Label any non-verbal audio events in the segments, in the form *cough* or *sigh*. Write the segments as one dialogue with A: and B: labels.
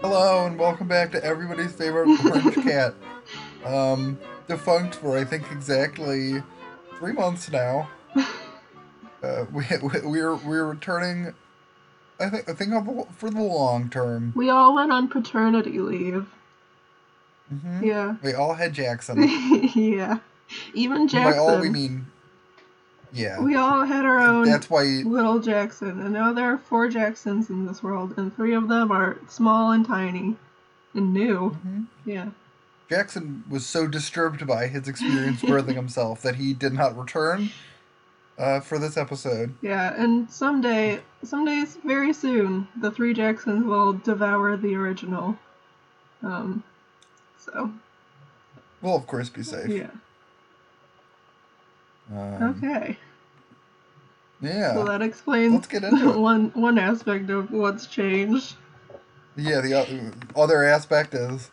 A: Hello and welcome back to everybody's
B: *laughs*
A: favorite orange cat. Um, defunct for I think exactly three months
B: *laughs*
A: now. Uh, we, we we're we're returning. I think I think of- for the long term.
B: We all went on paternity leave.
A: hmm
B: Yeah. *laughs*
A: We all had Jackson.
B: yeah. Even
A: By
B: Jackson.
A: all we mean, yeah.
B: We all had our own
A: That's why
B: little Jackson. And now there are four Jacksons in this world, and three of them are small and tiny and new.
A: Mhm.
B: Yeah.
A: Jackson was so disturbed by his experience
B: *laughs*
A: birthing himself that he did not return uh, for this episode.
B: Yeah. And someday, somedays very soon, the three Jacksons will devour the original. Um, so,
A: We'll of course be safe.
B: yeah.
A: Um,
B: Okay.
A: Yeah.
B: So that explains
A: Let's get into it.
B: *laughs* one one aspect of what's changed.
A: Yeah, the o- other aspect is,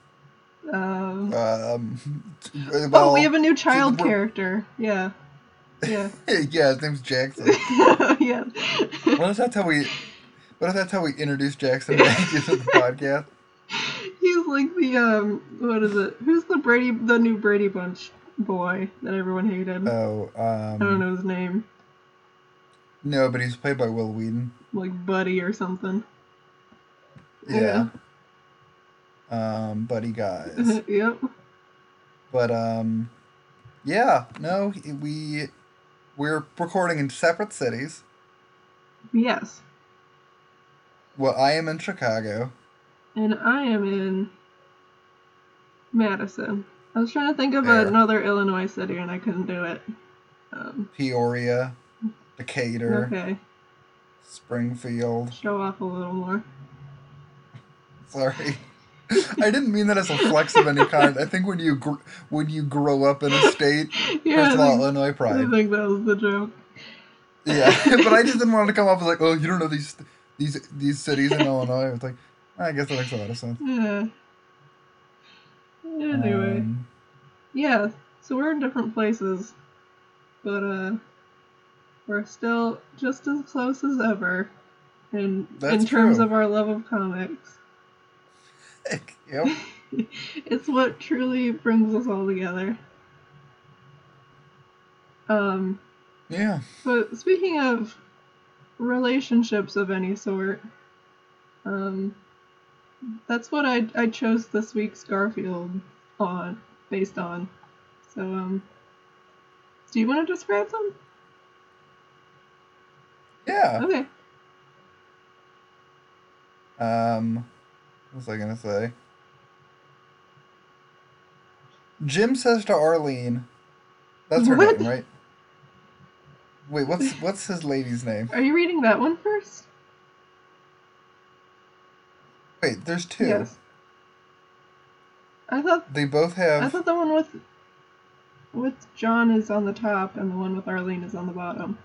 B: Um,
A: um, well,
B: oh, we have a new child
A: we're-
B: character. Yeah, yeah, *laughs*
A: *laughs* yeah, his name's Jackson.
B: yeah.
A: What if that's how we, what if that's how we introduce
B: *laughs*
A: Jackson back into the podcast?
B: He's like the um, what is it? Who's the Brady, the new Brady Bunch boy that everyone hated?
A: Oh,
B: I don't
A: um,
B: know his name,
A: no, but he's played by Will Wheaton.
B: like Buddy or something.
A: Yeah. Um, buddy
B: *laughs*
A: guys.
B: yep.
A: but um, yeah, no, he- we we're recording in separate cities.
B: Yes,
A: Well, I am in Chicago.
B: and I am in Madison. I was trying to think of
A: There.
B: another Illinois city, and I couldn't do it. Um,
A: Peoria, Decatur,
B: Okay,
A: Springfield.
B: show off a little more. *laughs*
A: Sorry. I didn't mean that as a flex of any kind. I think when you gr- when you grow up in a state,
B: Yeah,
A: first of
B: I
A: all,
B: think, *laughs*
A: Illinois
B: I
A: pride.
B: think that was the joke.
A: Yeah, *laughs* but I just didn't want to come off as like, oh, you don't know these these these cities in Illinois. It's like, I guess that makes a lot of sense.
B: Yeah. Hmm. Anyway,
A: Um,
B: yeah. So we're in different places, but uh, we're still just as close as ever, in
A: That's
B: in terms
A: true.
B: of our love of comics. *laughs*
A: yep.
B: it's what truly brings us all together. Um,
A: Yeah.
B: But speaking of relationships of any sort, um, that's what I I chose this week's Garfield on based on. So um, do you want to describe them?
A: Yeah.
B: Okay.
A: Um, what was I gonna say? Jim says to Arlene, "That's her
B: What?
A: name, right?" Wait, what's what's his lady's name?
B: Are you reading that one first?
A: Wait, there's two.
B: Yes. I thought
A: They both
B: I
A: have.
B: thought the one with with John is on the top and the one with Arlene is on the bottom.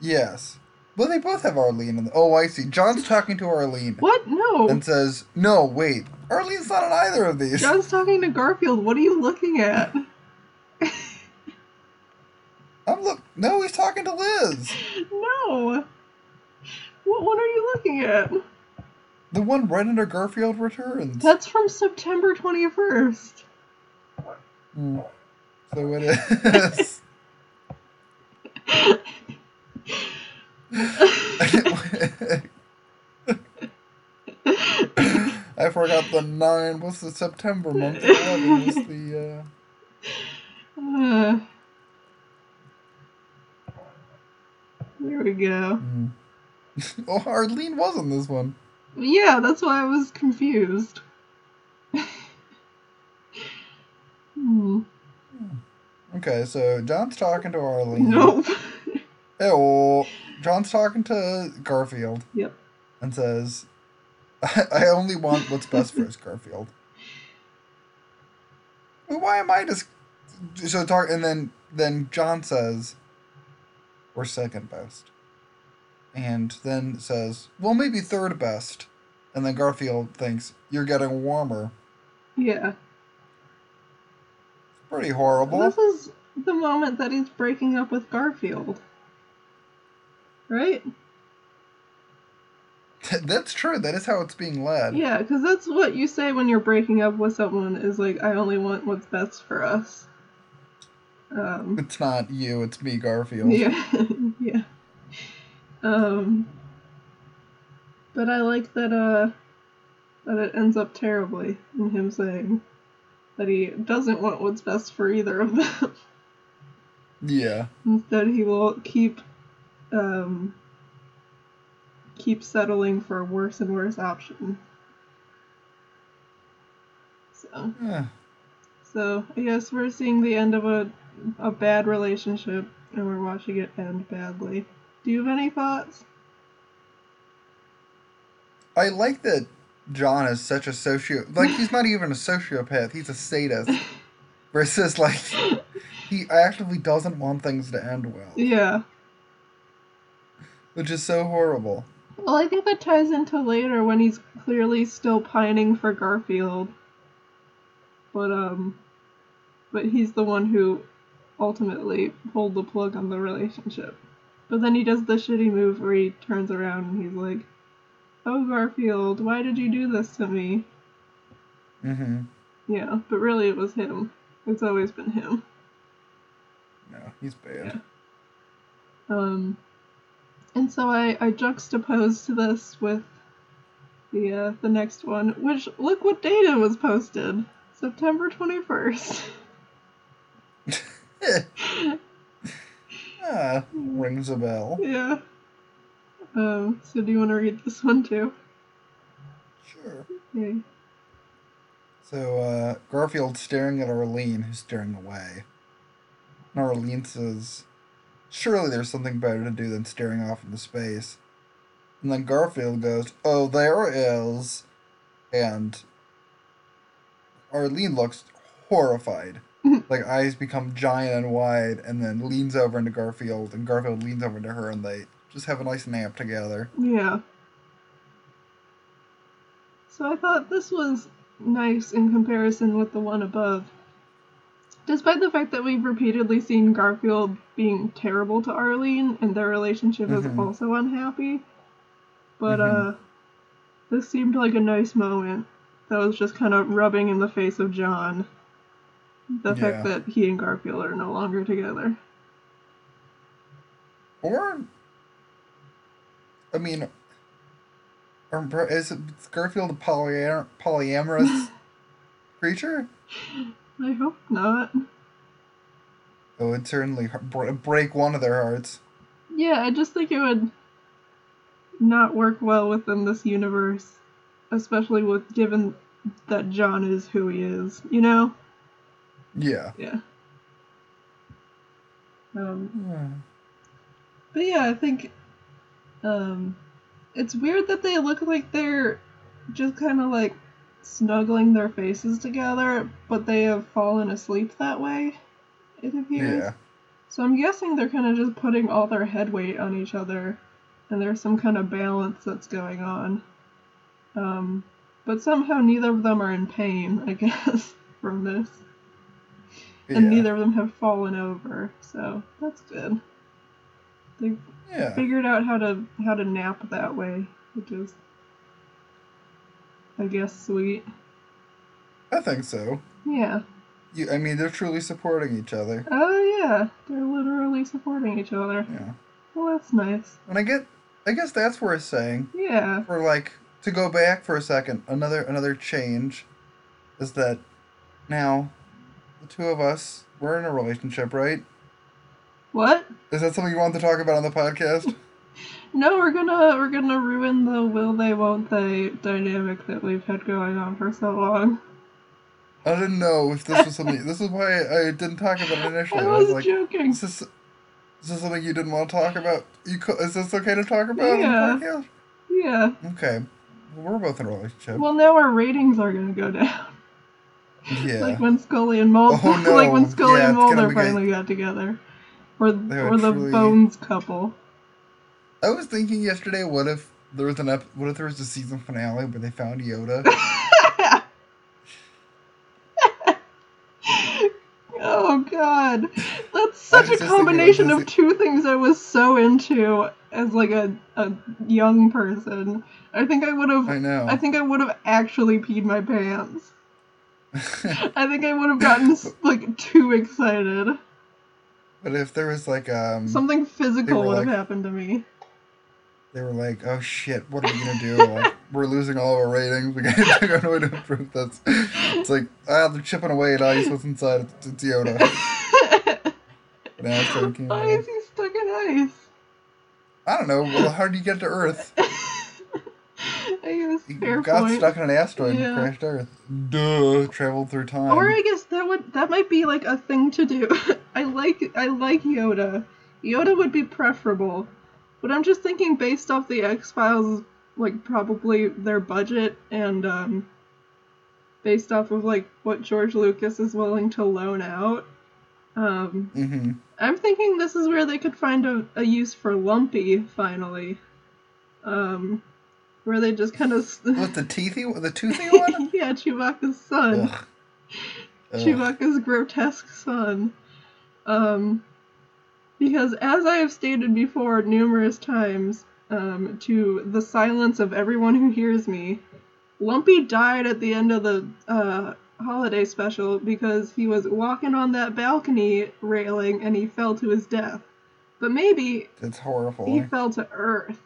A: Yes. Well, they both have Arlene. In the... Oh, I see. John's talking to Arlene
B: What? No.
A: and says, "No, wait, Arlene's not on either of these."
B: John's talking to Garfield. What are you looking at?
A: I'm look. No, he's talking to Liz,
B: No. What one are you looking at?
A: the one right under Garfield returns.
B: That's from September 21st.
A: Hmm. So it
B: *laughs*
A: is. *laughs* I forgot the nine. What's the September
B: *laughs*
A: month? Eleven was the. Uh...
B: Uh, *sighs* there we go.
A: hmm. *laughs* oh, Arlene was in this one.
B: Yeah, that's why I was confused. Hmm.
A: Okay, so John's talking to Arlene.
B: Nope.
A: Oh, John's talking to Garfield.
B: Yep.
A: And says, I, I only want what's best for us, Garfield. Well, Why am I just so talk? And then then John says, we're second best. And then says, well, maybe third best. And then Garfield thinks, you're getting warmer.
B: Yeah.
A: Pretty horrible.
B: This is the moment that he's breaking up with Garfield. Right?
A: *laughs* That's true. That is how it's being led.
B: Yeah, because that's what you say when you're breaking up with someone is like, I only want what's best for us. Um,
A: It's not you, it's me, Garfield.
B: *laughs* yeah, yeah. Um, but I like that uh that it ends up terribly in him saying that he doesn't want what's best for either of them. *laughs*
A: Yeah.
B: Instead, he will keep um keep settling for worse and worse options. So.
A: Eh,
B: So I guess we're seeing the end of a a bad relationship, and we're watching it end badly. Do you have any thoughts?
A: I like that John is such a socio like he's not even a sociopath, he's a sadist. Versus like he actively doesn't want things to end well.
B: Yeah.
A: Which is so horrible.
B: Well, I think that ties into later when he's clearly still pining for Garfield. But um, but he's the one who ultimately pulled the plug on the relationship. But then he does the shitty move where he turns around and he's like, "Oh Garfield, why did you do this to me?"
A: Mm-hmm.
B: Yeah, but really it was him. It's always been him.
A: No, he's bad.
B: Um, and so I, I juxtaposed this with the uh, the next one, which look what date it was posted, September twenty first.
A: ah, rings a bell.
B: *laughs* yeah. Um, so do you want to read this one too?
A: Sure.
B: Okay.
A: So uh, Garfield's staring at Arlene, who's staring away. And Arlene says, Surely there's something better to do than staring off into space. And then Garfield goes, Oh, there is. And Arlene looks horrified. like, eyes become giant and wide, and then leans over into Garfield, and Garfield leans over into her, and they just have a nice nap together.
B: Yeah. So I thought this was nice in comparison with the one above. Despite the fact that we've repeatedly seen Garfield being terrible to Arlene and their relationship is
A: Mhm.
B: also unhappy, but
A: Mhm.
B: uh, this seemed like a nice moment that was just kind of rubbing in the face of John the fact
A: Yeah.
B: that he and Garfield are no longer together.
A: Or, I mean, or is Garfield a polyam- polyamorous creature?
B: I hope not.
A: Oh, It would certainly har- br- break one of their hearts.
B: Yeah, I just think it would not work well within this universe, especially with given that John is who he is. You know?
A: Yeah.
B: Yeah. Um,
A: Hmm.
B: but yeah, I think um, it's weird that they look like they're just kind of like snuggling their faces together, but they have fallen asleep that way. It appears.
A: Yeah.
B: So I'm guessing they're kind of just putting all their head weight on each other, and there's some kind of balance that's going on. Um, but somehow neither of them are in pain, I *laughs* guess, from this, and
A: Yeah.
B: neither of them have fallen over. So that's good. They
A: Yeah.
B: figured out how to how to nap that way, which is, I guess, sweet.
A: I think so.
B: Yeah.
A: You, I mean, they're truly supporting each other.
B: Oh yeah, they're literally supporting each other.
A: Yeah.
B: Well, that's nice.
A: And I get, I guess that's worth saying.
B: Yeah.
A: For like to go back for a second, another another change is that now the two of us we're in a relationship, right?
B: What?
A: Is that something you want to talk about on the podcast?
B: No, we're gonna we're gonna ruin the will they won't they dynamic that we've had going on for so long.
A: I didn't know if this was something. this is why I didn't talk about it initially.
B: I
A: I was
B: was
A: like,
B: joking.
A: is this, is this something you didn't want to talk about? You co- is this okay to talk about? on the podcast?
B: Yeah.
A: Okay. Well, we're both in a relationship.
B: Well, now our ratings are gonna go down.
A: yeah.
B: Like when Scully and Mulder,
A: Oh, no.
B: *laughs* like when Scully
A: Yeah,
B: and
A: it's gonna
B: Mulder
A: be good.
B: finally got together, or
A: They
B: or
A: were
B: the
A: truly-
B: Bones couple. *laughs*
A: I was thinking yesterday, what if there was an ep- what if there was a season finale where they found
B: *laughs*
A: Yoda?
B: Oh God, that's such a
A: was just thinking about
B: Oh, combination of
A: Disney-
B: two things I was so into as like a, a young person. I think I would have
A: I know.
B: I think I would have actually peed my pants. I think I would have gotten s- like too excited.
A: *laughs* but if there was like um,
B: Something physical
A: were
B: would have
A: like-
B: happened
A: *laughs*
B: to me.
A: they were like, oh shit, what are we gonna do? like, we're losing all of our ratings. We gotta *laughs* figure out a way to improve this. It's like ah, they're chipping away at ice. What's inside? It's, it's Yoda. An asteroid came
B: Why
A: down.
B: is he stuck in
A: I don't know. Well, how did you get to Earth?
B: ice? *laughs* I guess
A: You
B: fair
A: got
B: point.
A: stuck in an asteroid
B: Yeah.
A: and crashed Earth. Duh. Traveled through time.
B: Or I guess that would that might be like a thing to do. *laughs* I like I like Yoda. Yoda would be preferable. But I'm just thinking based off the X Files like probably their budget and um based off of like what George Lucas is willing to loan out. Um
A: hmm
B: I'm thinking this is where they could find a, a use for Lumpy finally. Um where they just kind of
A: What the teethy, the toothy one?
B: *laughs* yeah, Chewbacca's son.
A: Ugh. Ugh.
B: Chewbacca's grotesque son. Um, because, as I have stated before numerous times, um, to the silence of everyone who hears me, Lumpy died at the end of the uh, holiday special because he was walking on that balcony railing and he fell to his death. But maybe
A: It's horrible.
B: he fell to Earth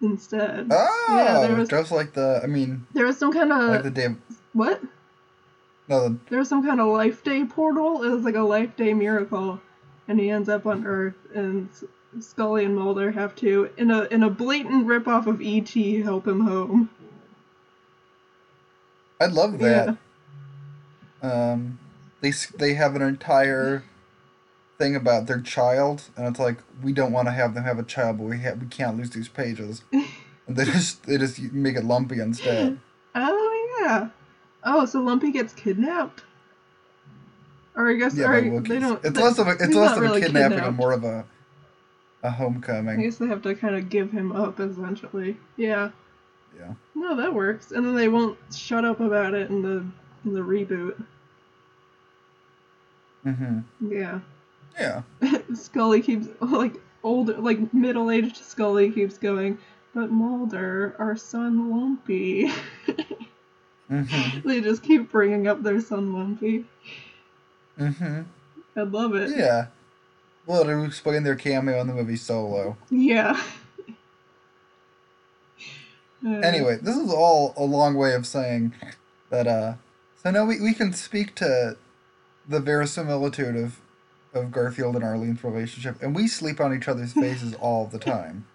B: instead.
A: Oh,
B: Yeah, there was- Uh,
A: just like the. I mean,
B: There was some kind of.
A: like the Dave.
B: what?
A: No, the,
B: there was some kind of life day portal. It was like a life day miracle, and he ends up on Earth, and S- Scully and Mulder have to, in a in a blatant ripoff of E.T., help him home.
A: I love that. Um, they s- they have an entire thing about their child, and it's like we don't want to have them have a child, but we ha- we can't lose these pages. and they just they just make it lumpy
B: *laughs*
A: instead.
B: Oh yeah. Oh, so Lumpy gets kidnapped. Or I guess
A: Yeah,
B: or
A: by Wookiees.
B: they don't.
A: it's
B: they-
A: less of a it's
B: he's
A: less
B: not
A: of a
B: really
A: kidnapping
B: kidnapped.
A: and more of a a
B: I
A: homecoming.
B: guess they have to kind of give him up essentially. Yeah.
A: Yeah.
B: No, that works. And then they won't shut up about it in the in the reboot.
A: hmm
B: Yeah. *laughs*
A: Yeah.
B: Scully keeps *laughs* like older, like middle-aged Scully keeps going, but Mulder, our son Lumpy. *laughs*
A: hmm
B: they just keep bringing up their son Lumpy.
A: hmm
B: I love it.
A: Yeah. Well, to explain their cameo in the movie Solo.
B: Yeah. *laughs* Uh,
A: Anyway, this is all a long way of saying that, uh, so now we, we can speak to the verisimilitude of, of Garfield and Arlene's relationship, and we sleep on each other's
B: *laughs*
A: faces all the time.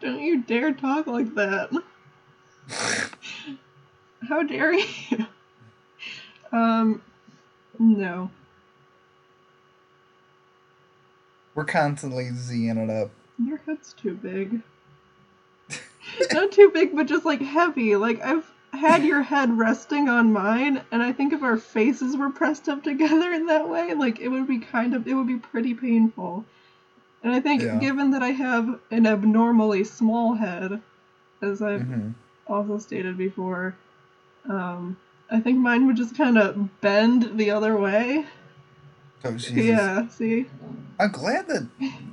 B: don't you dare talk like that. How dare you? um, no.
A: We're constantly zing it up.
B: Your head's too big. Not too big, but just like heavy. Like I've had your head resting on mine, and I think if our faces were pressed up together in that way, like it would be kind of, it would be pretty painful. And I think,
A: Yeah.
B: given that I have an abnormally small head, as I've
A: hmm
B: also stated before, um, I think mine would just kind of bend the other way.
A: Oh, Jesus.
B: Yeah, see?
A: I'm glad that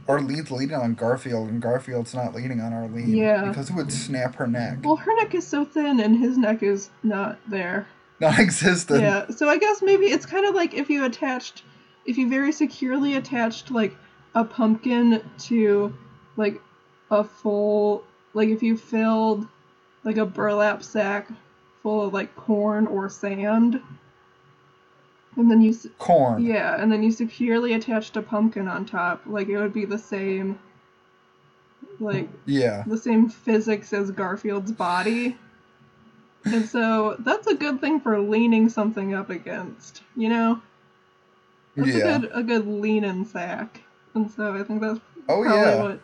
A: Arlene's leaning on Garfield, and Garfield's not leaning on Arlene.
B: Yeah.
A: Because it would snap her neck. *laughs*
B: Well, her neck is so thin, and his neck is not there.
A: Non existent.
B: yeah, so I guess maybe it's kind of like if you attached, if you very securely attached like a pumpkin to like a full, like if you filled like a burlap sack full of like corn or sand, and then you, s-
A: Corn.
B: yeah, and then you securely attached a pumpkin on top, like it would be the same, like
A: yeah.
B: the same physics as Garfield's body. And so that's a good thing for leaning something up against, you know? That's
A: yeah.
B: a good a good lean and sack. And so I think that's
A: oh
B: probably
A: yeah.
B: what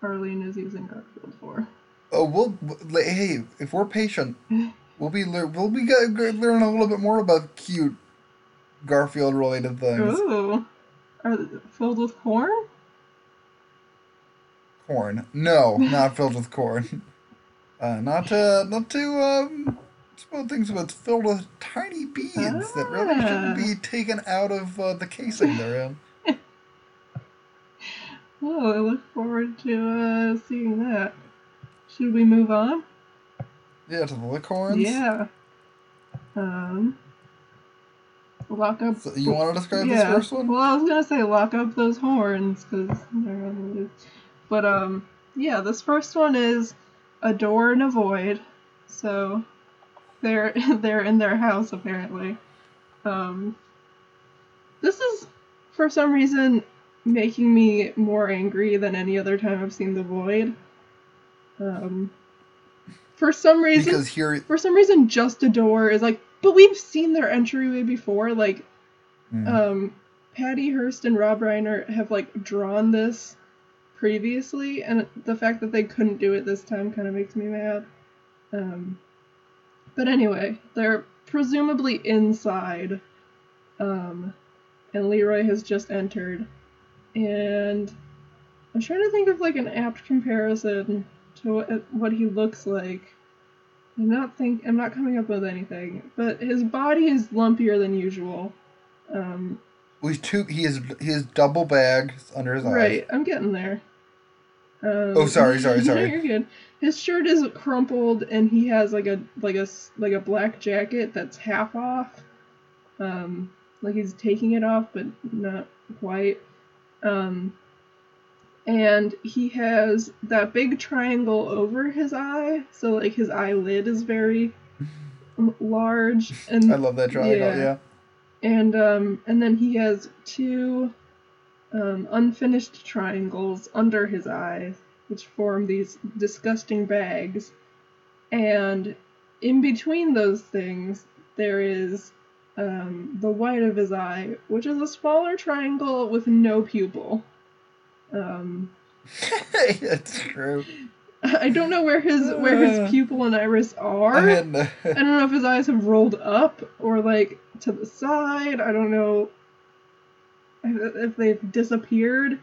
B: Arlene is using Garfield for.
A: Oh, we'll w- like, hey, if we're
B: *laughs*
A: patient, we'll be lear- we'll be go- go- learn a little bit more about cute Garfield related things.
B: Ooh. Are th- filled with corn?
A: Corn, no, not filled with corn. *laughs* Uh, not to not to um, spoil things, but it's filled with tiny beads that really shouldn't
B: Ah.
A: be taken out of uh, the casing they're in.
B: Oh, I look forward to uh, seeing that. Should we move on?
A: Yeah, to the Lickhorns?
B: Yeah. Um. Lock up.
A: So you want to describe
B: yeah.
A: this first one?
B: Well, I was gonna say lock up those horns because they're on the loose. But um, yeah, this first one is a door and a void. So they're *laughs* they're in their house apparently. Um, this is for some reason making me more angry than any other time I've seen the void. Um, for some reason,
A: Because here,
B: for some reason, just a door is like. But we've seen their entryway before. Like
A: Mm.
B: um, Patty Hearst and Rob Reiner have like drawn this previously, and the fact that they couldn't do it this time kind of makes me mad. Um, but anyway, they're presumably inside, um, and Leroy has just entered, and I'm trying to think of like an apt comparison to what, what he looks like. I'm not think I'm not coming up with anything, but his body is lumpier than usual. Um,
A: we two. He is he is double bagged under his eyes.
B: right, I'm getting there. Um,
A: Oh,
B: *laughs*
A: sorry, sorry, sorry.
B: you're good. His shirt is crumpled, and he has like a like a s- like a black jacket that's half off. Um, like he's taking it off, but not quite. Um, and he has that big triangle over his eye, so like his eyelid
A: *laughs*
B: is very l- large, and
A: I love that triangle.
B: Yeah.
A: Yeah.
B: and um, and then he has two um, unfinished triangles under his eyes, which form these disgusting bags. And in between those things, there is um, the white of his eye, which is a smaller triangle with no pupil. Um, *laughs*
A: *laughs* it's true.
B: I don't know where his where his
A: Uh,
B: pupil and iris are.
A: And, uh,
B: I don't know if his eyes have rolled up or like to the side. I don't know if if they've disappeared.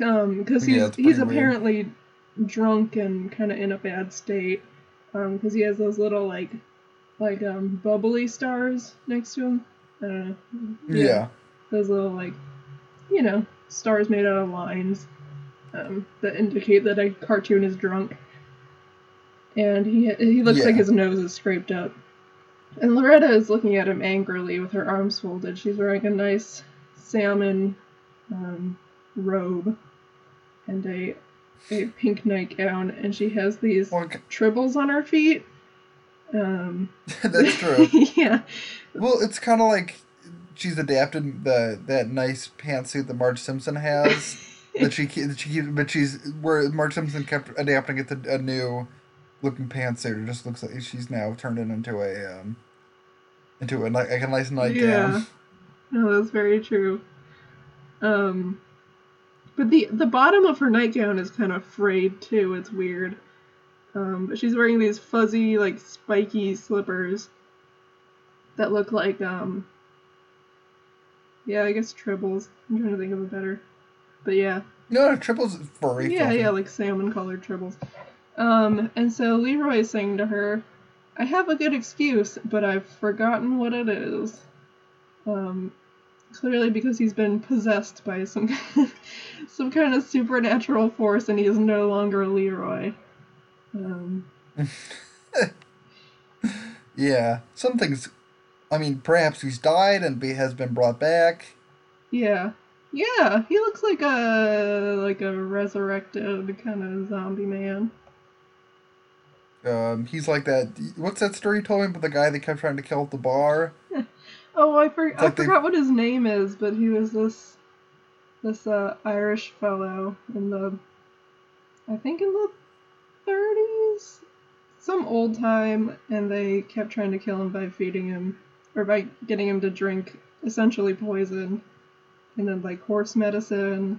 B: Um, because
A: Yeah,
B: he's
A: it's pretty
B: he's
A: weird.
B: apparently drunk and kind of in a bad state. Um, because he has those little like like um bubbly stars next to him. I don't know.
A: *laughs* yeah.
B: Those little like you know stars made out of lines um, that indicate that a cartoon is drunk and he he looks
A: Yeah.
B: like his nose is scraped up. And Loretta is looking at him angrily with her arms folded. She's wearing a nice salmon um, robe and a a pink nightgown, and she has these
A: Well, c-
B: tribbles on her feet. Um,
A: *laughs* that's true.
B: *laughs* yeah,
A: well, it's kind of like she's adapted the that nice pantsuit that Marge Simpson has that she ke- that she keeps, but she's where Marge Simpson kept adapting it to a new looking pantsuit. It just looks like she's now turned it into a um into a like a nice nightgown.
B: Yeah. no, that's very true. Um, but the the bottom of her nightgown is kind of frayed too. It's weird. Um, but she's wearing these fuzzy, like spiky slippers that look like um. Yeah, I guess tribbles. I'm trying to think of a better. But yeah,
A: No, no, triple's furry.
B: yeah,
A: fluffy.
B: yeah, like salmon colored tribbles. Um, and so Leroy is saying to her, I have a good excuse, but I've forgotten what it is. Um, clearly because he's been possessed by some *laughs* some kind of supernatural force and he is no longer Leroy. Um,
A: Yeah, some things. I mean, perhaps he's died and be, has been brought back.
B: yeah. Yeah, he looks like a like a resurrected kind of zombie man.
A: Um, he's like that. What's that story you told me about the guy they kept trying to kill at the bar?
B: Oh, I, for- I
A: like they-
B: forgot what his name is, but he was this this uh, Irish fellow in the I think in the 30s, some old time, and they kept trying to kill him by feeding him or by getting him to drink essentially poison, and then like horse medicine.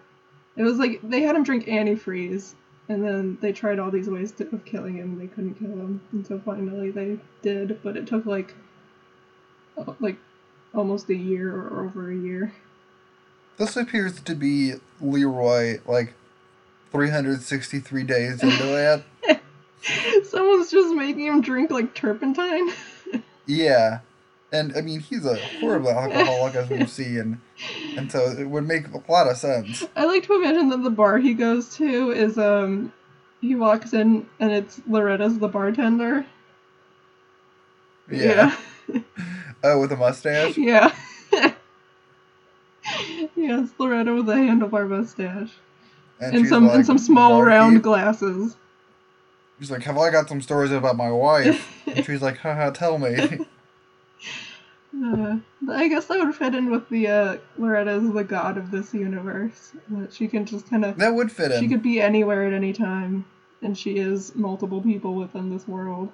B: It was like they had him drink antifreeze, and then they tried all these ways to, of killing him. They couldn't kill him, and so finally they did, but it took like uh, like almost a year or over a year. *laughs*
A: This appears to be Leroy, like 363 days into
B: *laughs*
A: that.
B: Someone's just making him drink like turpentine.
A: Yeah, And I mean, he's a horrible alcoholic, as we've seen, and so it would make a lot of sense.
B: I like to imagine that the bar he goes to is um he walks in and it's Loretta's the bartender.
A: Yeah. Uh, with a mustache.
B: Yeah. *laughs* yeah. yes, Loretta with a handlebar mustache. And,
A: she's
B: some
A: like,
B: and some small
A: "Barkeep?" *laughs*
B: round glasses.
A: She's like, "Have I got some stories about my wife?" and she's like, "Haha, tell
B: *laughs*
A: me."
B: Uh, I guess that would fit in with the uh, Loretta is the god of this universe. That she can just kind of
A: That would fit in.
B: she could be anywhere at any time, and she is multiple people within this world.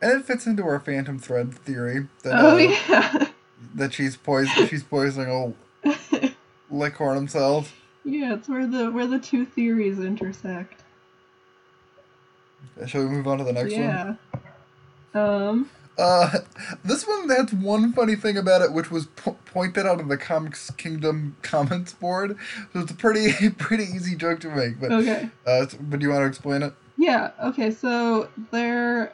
A: And it fits into our phantom thread theory that
B: Oh
A: uh,
B: yeah, *laughs*
A: that she's poison she's poisoning old Licorn himself.
B: yeah. It's where the where the two theories intersect.
A: Shall we move on to the next one?
B: yeah. Um.
A: Uh, this one that's one funny thing about it, which was po- pointed out in the Comics Kingdom comments board. So it's a pretty *laughs* pretty easy joke to make. But
B: Okay.
A: uh, s- but do you want to explain it? *laughs*
B: Yeah. Okay. So they're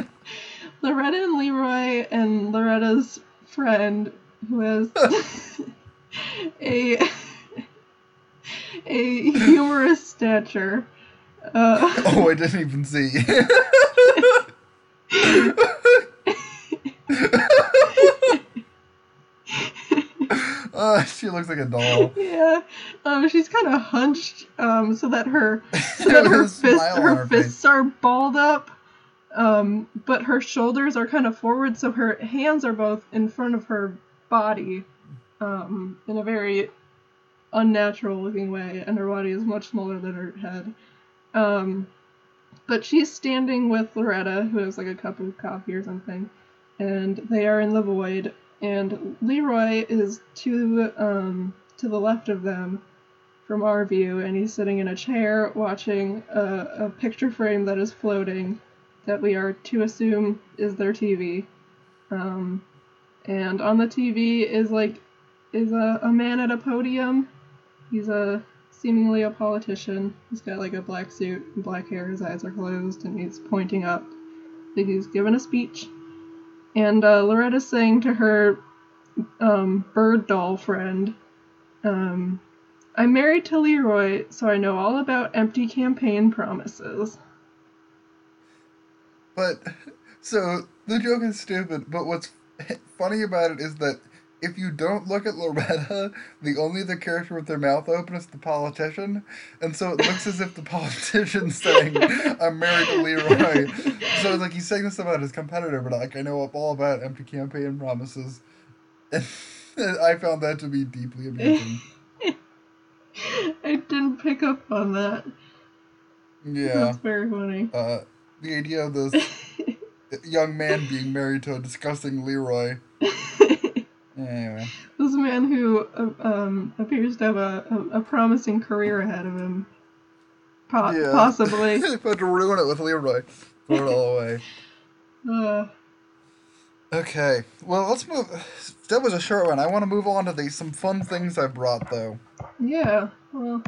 B: *laughs* Loretta and Leroy and Loretta's friend who has *laughs* a *laughs* a humorous stature. Uh,
A: Oh, I didn't even
B: *laughs*
A: see. *laughs* uh, she looks like a *laughs* doll.
B: *laughs* yeah. Um, she's kind of hunched um, so that her so
A: *laughs*
B: that
A: With
B: her
A: a smile
B: fists
A: on
B: her,
A: her face.
B: fists are balled up. Um, but her shoulders are kind of forward, so her hands are both in front of her body, um, in a very unnatural looking way, and her body is much smaller than her head. Um, but she's standing with Loretta, who has like a cup of coffee or something, and they are in the void. And Leroy is to um, to the left of them, from our view, and he's sitting in a chair watching a, a picture frame that is floating, that we are to assume is their TV. Um, and on the TV is like is a, a man at a podium. He's a seemingly a politician. He's got like a black suit, and black hair, his eyes are closed, and he's pointing up. I think he's given a speech. And uh, Loretta's saying to her um, bird doll friend, um, I'm married to Leroy, so I know all about empty campaign promises. *laughs*
A: But so the joke is stupid. But what's funny about it is that if you don't look at Loretta, the only the character with their mouth open is the politician, and so it looks as if the politician's saying, "I'm married to Leroy." So it's like he's saying this about his competitor, but like I know all about empty campaign promises. And I found that to be deeply amusing.
B: I didn't pick up on that.
A: Yeah.
B: That's very funny. *laughs*
A: Uh, the idea of this young man being married to a disgusting Leroy. Anyway.
B: This man who uh, um, appears to have a, a, a promising career ahead of him. Po-
A: Yeah.
B: Possibly.
A: *laughs* If I had to ruin it with Leroy. Throw it all away.
B: Uh,
A: Okay. Well, let's move. That was a short one. I want to move on to the some fun things I brought though.
B: yeah. Well,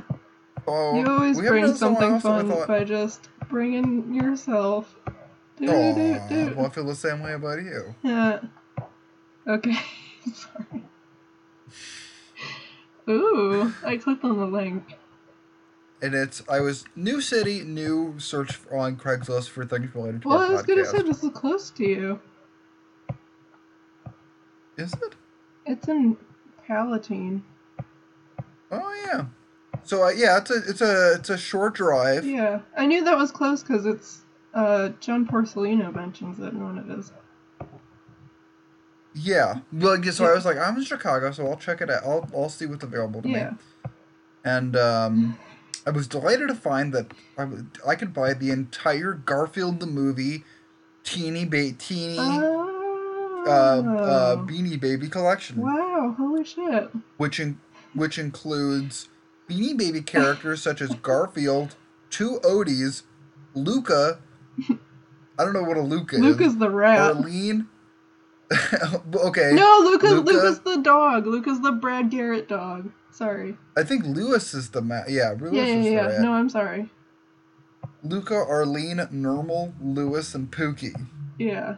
A: Oh,
B: you always
A: we haven't
B: bring
A: done someone
B: something
A: else, so I
B: fun
A: thought-
B: by just bringing yourself. Do, do,
A: Aw,
B: do.
A: well, I feel the same way about you.
B: Yeah. Okay. *laughs* Sorry. Ooh, I clicked on the link.
A: And it's I was new city, new search on Craigslist for things related to
B: Well,
A: our
B: I was gonna
A: podcast.
B: say this is close to you.
A: Is it?
B: It's in Palatine.
A: Oh yeah. So uh, yeah, it's a it's a it's a short drive.
B: Yeah, I knew that was close because it's uh, John Porcelino mentions it in one of his.
A: Yeah. Like, so I
B: Yeah.
A: was like, I'm in Chicago, so I'll check it out. I'll, I'll see what's available to
B: Yeah.
A: me. And um, I was delighted to find that I, would- I could buy the entire Garfield the movie teeny ba- teeny uh,
B: Oh.
A: uh, Beanie Baby collection,
B: wow! Holy shit!
A: which in, which includes Beanie Baby characters such as Garfield, two Odies, Luca. I don't know what a Luca
B: Luke
A: is.
B: is the rat.
A: *laughs* Arlene. okay.
B: No, Luke is
A: Luca?
B: Luke is the dog. Luke is the Brad Garrett dog. Sorry.
A: I think Lewis is the ma- yeah, Lewis
B: Yeah, yeah,
A: is the
B: yeah.
A: rat.
B: No, I'm sorry.
A: Luca, Arlene, Normal, Lewis, and Pookie.
B: Yeah.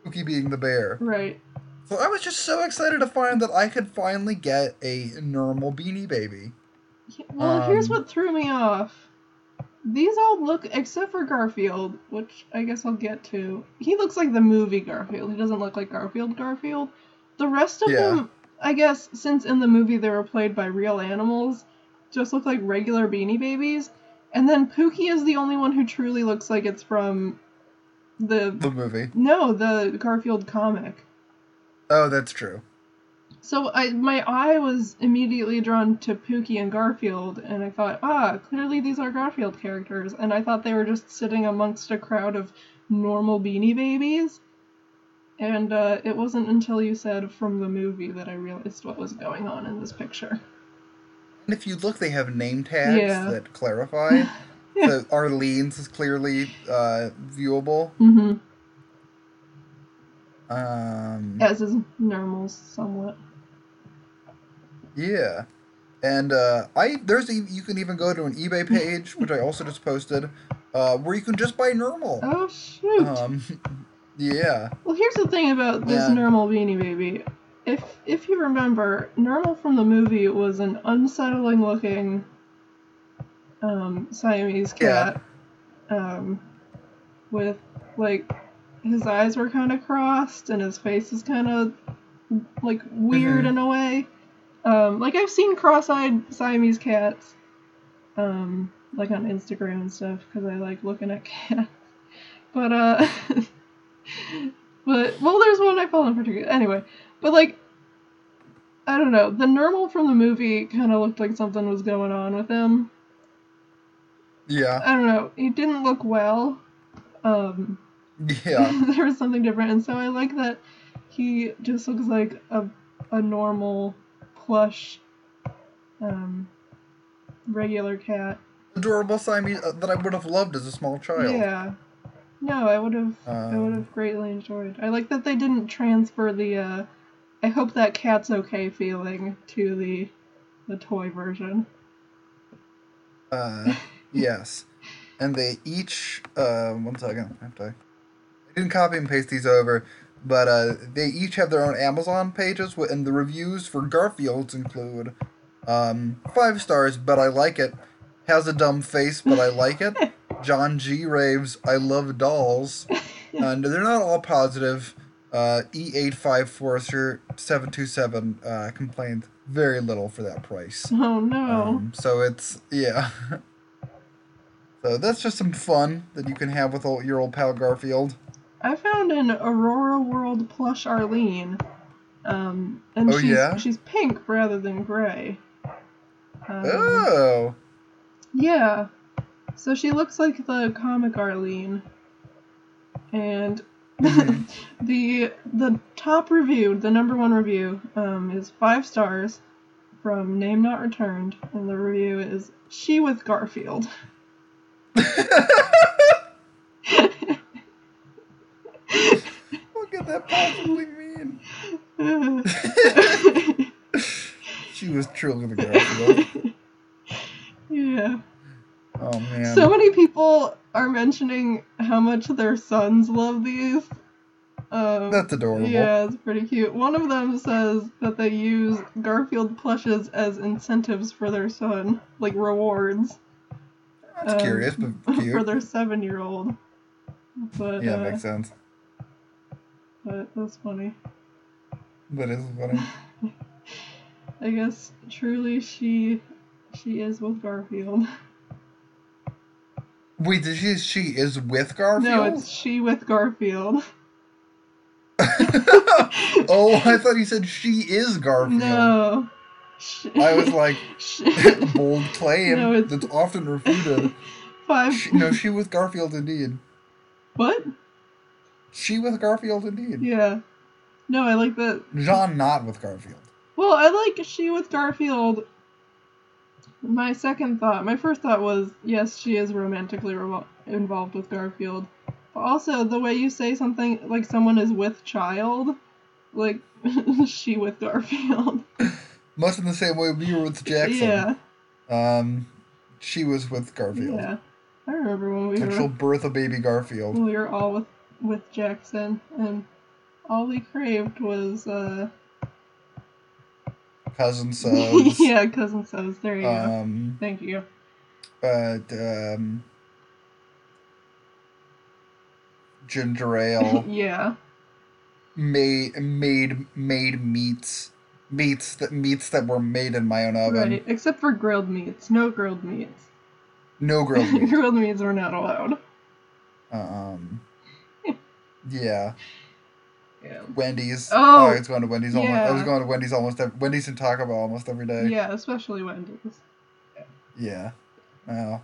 A: Spooky being the bear.
B: Right.
A: So I was just so excited to find that I could finally get a normal beanie baby.
B: Yeah, well, here's
A: Um,
B: what threw me off. These all look, except for Garfield, which I guess I'll get to. He looks like the movie Garfield. He doesn't look like Garfield Garfield. The rest of
A: Yeah.
B: them, I guess, since in the movie they were played by real animals, just look like regular beanie babies. And then Pookie is the only one who truly looks like it's from the.
A: The movie.
B: No, the Garfield comic.
A: Oh, that's true.
B: So I my eye was immediately drawn to Pookie and Garfield, and I thought, ah, clearly these are Garfield characters, and I thought they were just sitting amongst a crowd of normal Beanie Babies. And uh, it wasn't until you said from the movie that I realized what was going on in this picture.
A: And if you look, they have name tags
B: Yeah.
A: that
B: *laughs*
A: clarify.
B: Yeah.
A: So Arlene's is clearly uh, viewable.
B: hmm
A: Um,
B: As is normal, somewhat.
A: Yeah, and uh, I there's e- you can even go to an eBay page, which I also just posted, uh, where you can just buy normal.
B: Oh shoot!
A: Um, *laughs* yeah,
B: Well, here's the thing about this
A: Yeah.
B: normal beanie baby. If if you remember, normal from the movie was an unsettling looking um, Siamese cat um, with like his eyes were kind of crossed and his face is kind of like weird
A: Mhm.
B: in a way. Um, like I've seen cross-eyed Siamese cats, um, like on Instagram and stuff, because I like looking at *laughs* cats. But uh, *laughs* but well, there's one I follow in particular. Anyway, but like, I don't know. The normal from the movie kind of looked like something was going on with him.
A: yeah,
B: I don't know. He didn't look well. Um,
A: yeah.
B: *laughs* there was something different, and so I like that he just looks like a a normal plush, um, regular cat.
A: Adorable Siamese uh, that I would have loved as a small child.
B: Yeah. No, I would have. I would
A: Oh, Um,
B: have greatly enjoyed. I like that they didn't transfer the. uh I hope that cat's okay feeling to the, the toy version. *laughs*
A: uh, yes, and they each uh, one second. I have to. I didn't copy and paste these over, but uh, they each have their own Amazon pages, wi- and the reviews for Garfield's include um, five stars, but I like it. Has a dumb face, but I like it. John G. raves, I love dolls. And they're not all positive. Uh, E854 Forester 727 uh, complained very little for that price.
B: Oh no.
A: Um, so it's yeah. *laughs* so that's just some fun that you can have with old, your old pal Garfield.
B: I found an Aurora World plush Arlene. Um, and
A: Oh,
B: she's,
A: yeah?
B: she's pink rather than gray. Um,
A: Oh, *laughs*
B: Yeah. So she looks like the comic Arlene. And
A: Mhm.
B: *laughs* the the top review, the number one review, um, is five stars from Name Not Returned, and the review is She
A: *laughs*
B: with Garfield. *laughs*
A: what could that possibly mean? she was truly the Garfield.
B: yeah.
A: Oh man.
B: So many people are mentioning how much their sons love these. Um,
A: that's adorable.
B: yeah, it's pretty cute. One of them says that they use Garfield plushes as incentives for their son, like rewards *laughs*
A: That's
B: um,
A: curious, but
B: for
A: cute.
B: their seven-year-old. But
A: Yeah,
B: uh,
A: makes sense.
B: but that's funny.
A: That is funny.
B: I guess truly she she is with Garfield.
A: Wait, did she she is with Garfield?
B: No, it's she with Garfield.
A: *laughs* oh, I thought you said she is Garfield.
B: No. Sh-
A: I
B: *laughs*
A: was like, *laughs*
B: sh-
A: bold claim
B: No, it's-
A: that's often refuted.
B: five.
A: She, no, she with Garfield indeed.
B: What?
A: She with Garfield indeed.
B: Yeah. No, I like that.
A: John not with Garfield.
B: Well, I like she with Garfield. My second thought, my first thought was yes, she is romantically revol involved with Garfield. But also, the way you say something like someone is with child, like *laughs* she with Garfield.
A: Much in the same way we were with *laughs* Jackson.
B: Yeah.
A: Um, she was with Garfield.
B: Yeah. I remember when we
A: And she'll
B: were
A: birth a baby Garfield.
B: when we were all with with Jackson and all we craved was uh
A: Cousin
B: *laughs*
A: Subs.
B: Mm. yeah, cousin subs. There you go.
A: Um,
B: Thank you.
A: but um, ginger
B: *laughs*
A: ale,
B: yeah.
A: made made made meats, meats that meats that were made in my own oven.
B: Right. Except for grilled meats. No grilled meats.
A: No grilled
B: *laughs*
A: meat.
B: grilled meats were not allowed.
A: um, yeah,
B: Yeah.
A: Wendy's.
B: Oh,
A: I was going to Wendy's. Almost, I was
B: yeah.
A: going to Wendy's almost. Every, Wendy's and Taco Bell almost every day.
B: Yeah, especially Wendy's.
A: Yeah. Wow.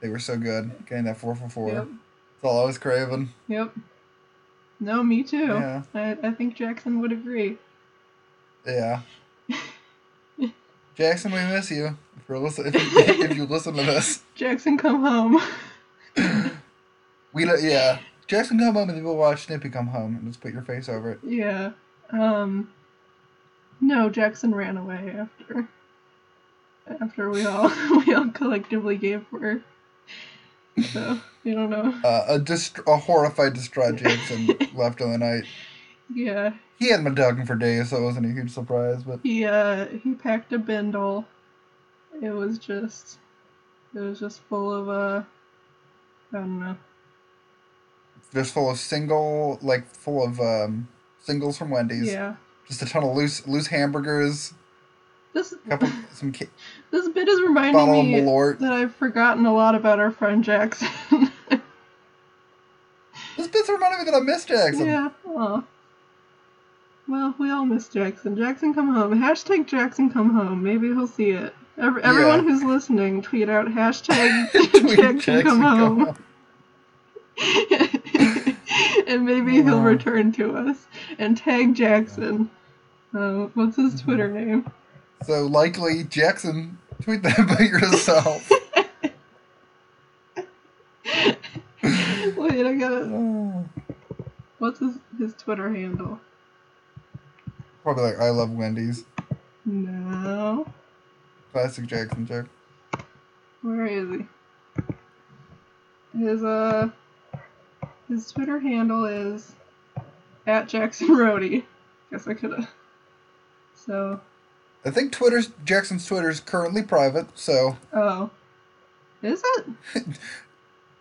A: They were so good. Getting that four for four.
B: Yep.
A: That's all I was craving.
B: Yep. No, me too.
A: Yeah.
B: I, I think Jackson would agree.
A: Yeah.
B: *laughs*
A: Jackson, we miss you. If you're listen, if, you- if you listen to this,
B: Jackson, come home. *laughs*
A: we li- yeah. Jackson, come home and then we'll watch Snippy come home and just put your face over it.
B: yeah. Um. No, Jackson ran away after. After we all *laughs* we all collectively gave her. So we don't know.
A: Uh, a dist- a horrified, distraught
B: *laughs*
A: Jackson left in the night.
B: Yeah.
A: He hadn't been talking for days, so it wasn't a huge surprise. But
B: He uh he packed a bindle. It was just it was just full of uh I don't know.
A: just full of single, like full of um, singles from Wendy's.
B: Yeah.
A: Just a ton of loose loose hamburgers.
B: This *laughs*
A: Couple some ca-
B: this bit is reminding
A: bottle of
B: me
A: Malort.
B: that I've forgotten a lot about our friend Jackson. *laughs*
A: This bit's reminding me that I miss Jackson.
B: yeah. *laughs* Aw. Well, we all miss Jackson. Jackson, come home. Hashtag Jackson, come home. Maybe he'll see it. Every,
A: Yeah.
B: Everyone who's listening, tweet out hashtag
A: *laughs* *laughs* Tweet
B: Jackson,
A: Jackson,
B: come
A: come
B: home. *laughs* and maybe he'll
A: Wow.
B: return to us and tag Jackson. Uh, what's his Twitter name? *laughs*
A: So likely Jackson, tweet that about
B: *laughs*
A: yourself. *laughs*
B: Wait, I gotta.
A: Oh.
B: What's his, his Twitter handle?
A: Probably like I love Wendy's.
B: No.
A: Classic Jackson joke.
B: Where is he? His uh his Twitter handle is at Jackson Rohde. Guess I could've so
A: I think Twitter's Jackson's Twitter is currently private, so
B: oh. Is it?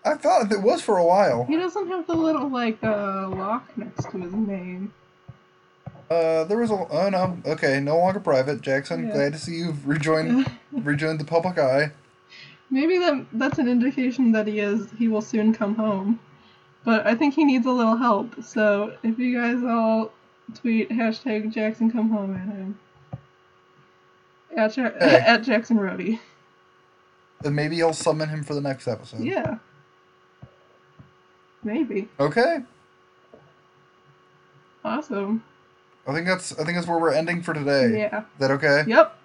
A: I thought it was for a while.
B: He doesn't have the little like uh lock next to his name.
A: Uh, there was a oh no, okay, no longer private. Jackson,
B: Yeah.
A: glad to see you've
B: *laughs*
A: rejoined rejoined the public eye.
B: Maybe that that's an indication that he is he will soon come home. But I think he needs a little help. So if you guys all tweet hashtag Jackson come home at him. At, Ja- uh,
A: Hey.
B: at Jackson Rohde.
A: And maybe I'll summon him for the next episode.
B: Yeah. Maybe.
A: Okay.
B: Awesome.
A: I think that's I think that's where we're ending for today.
B: Yeah.
A: Is that okay?
B: Yep.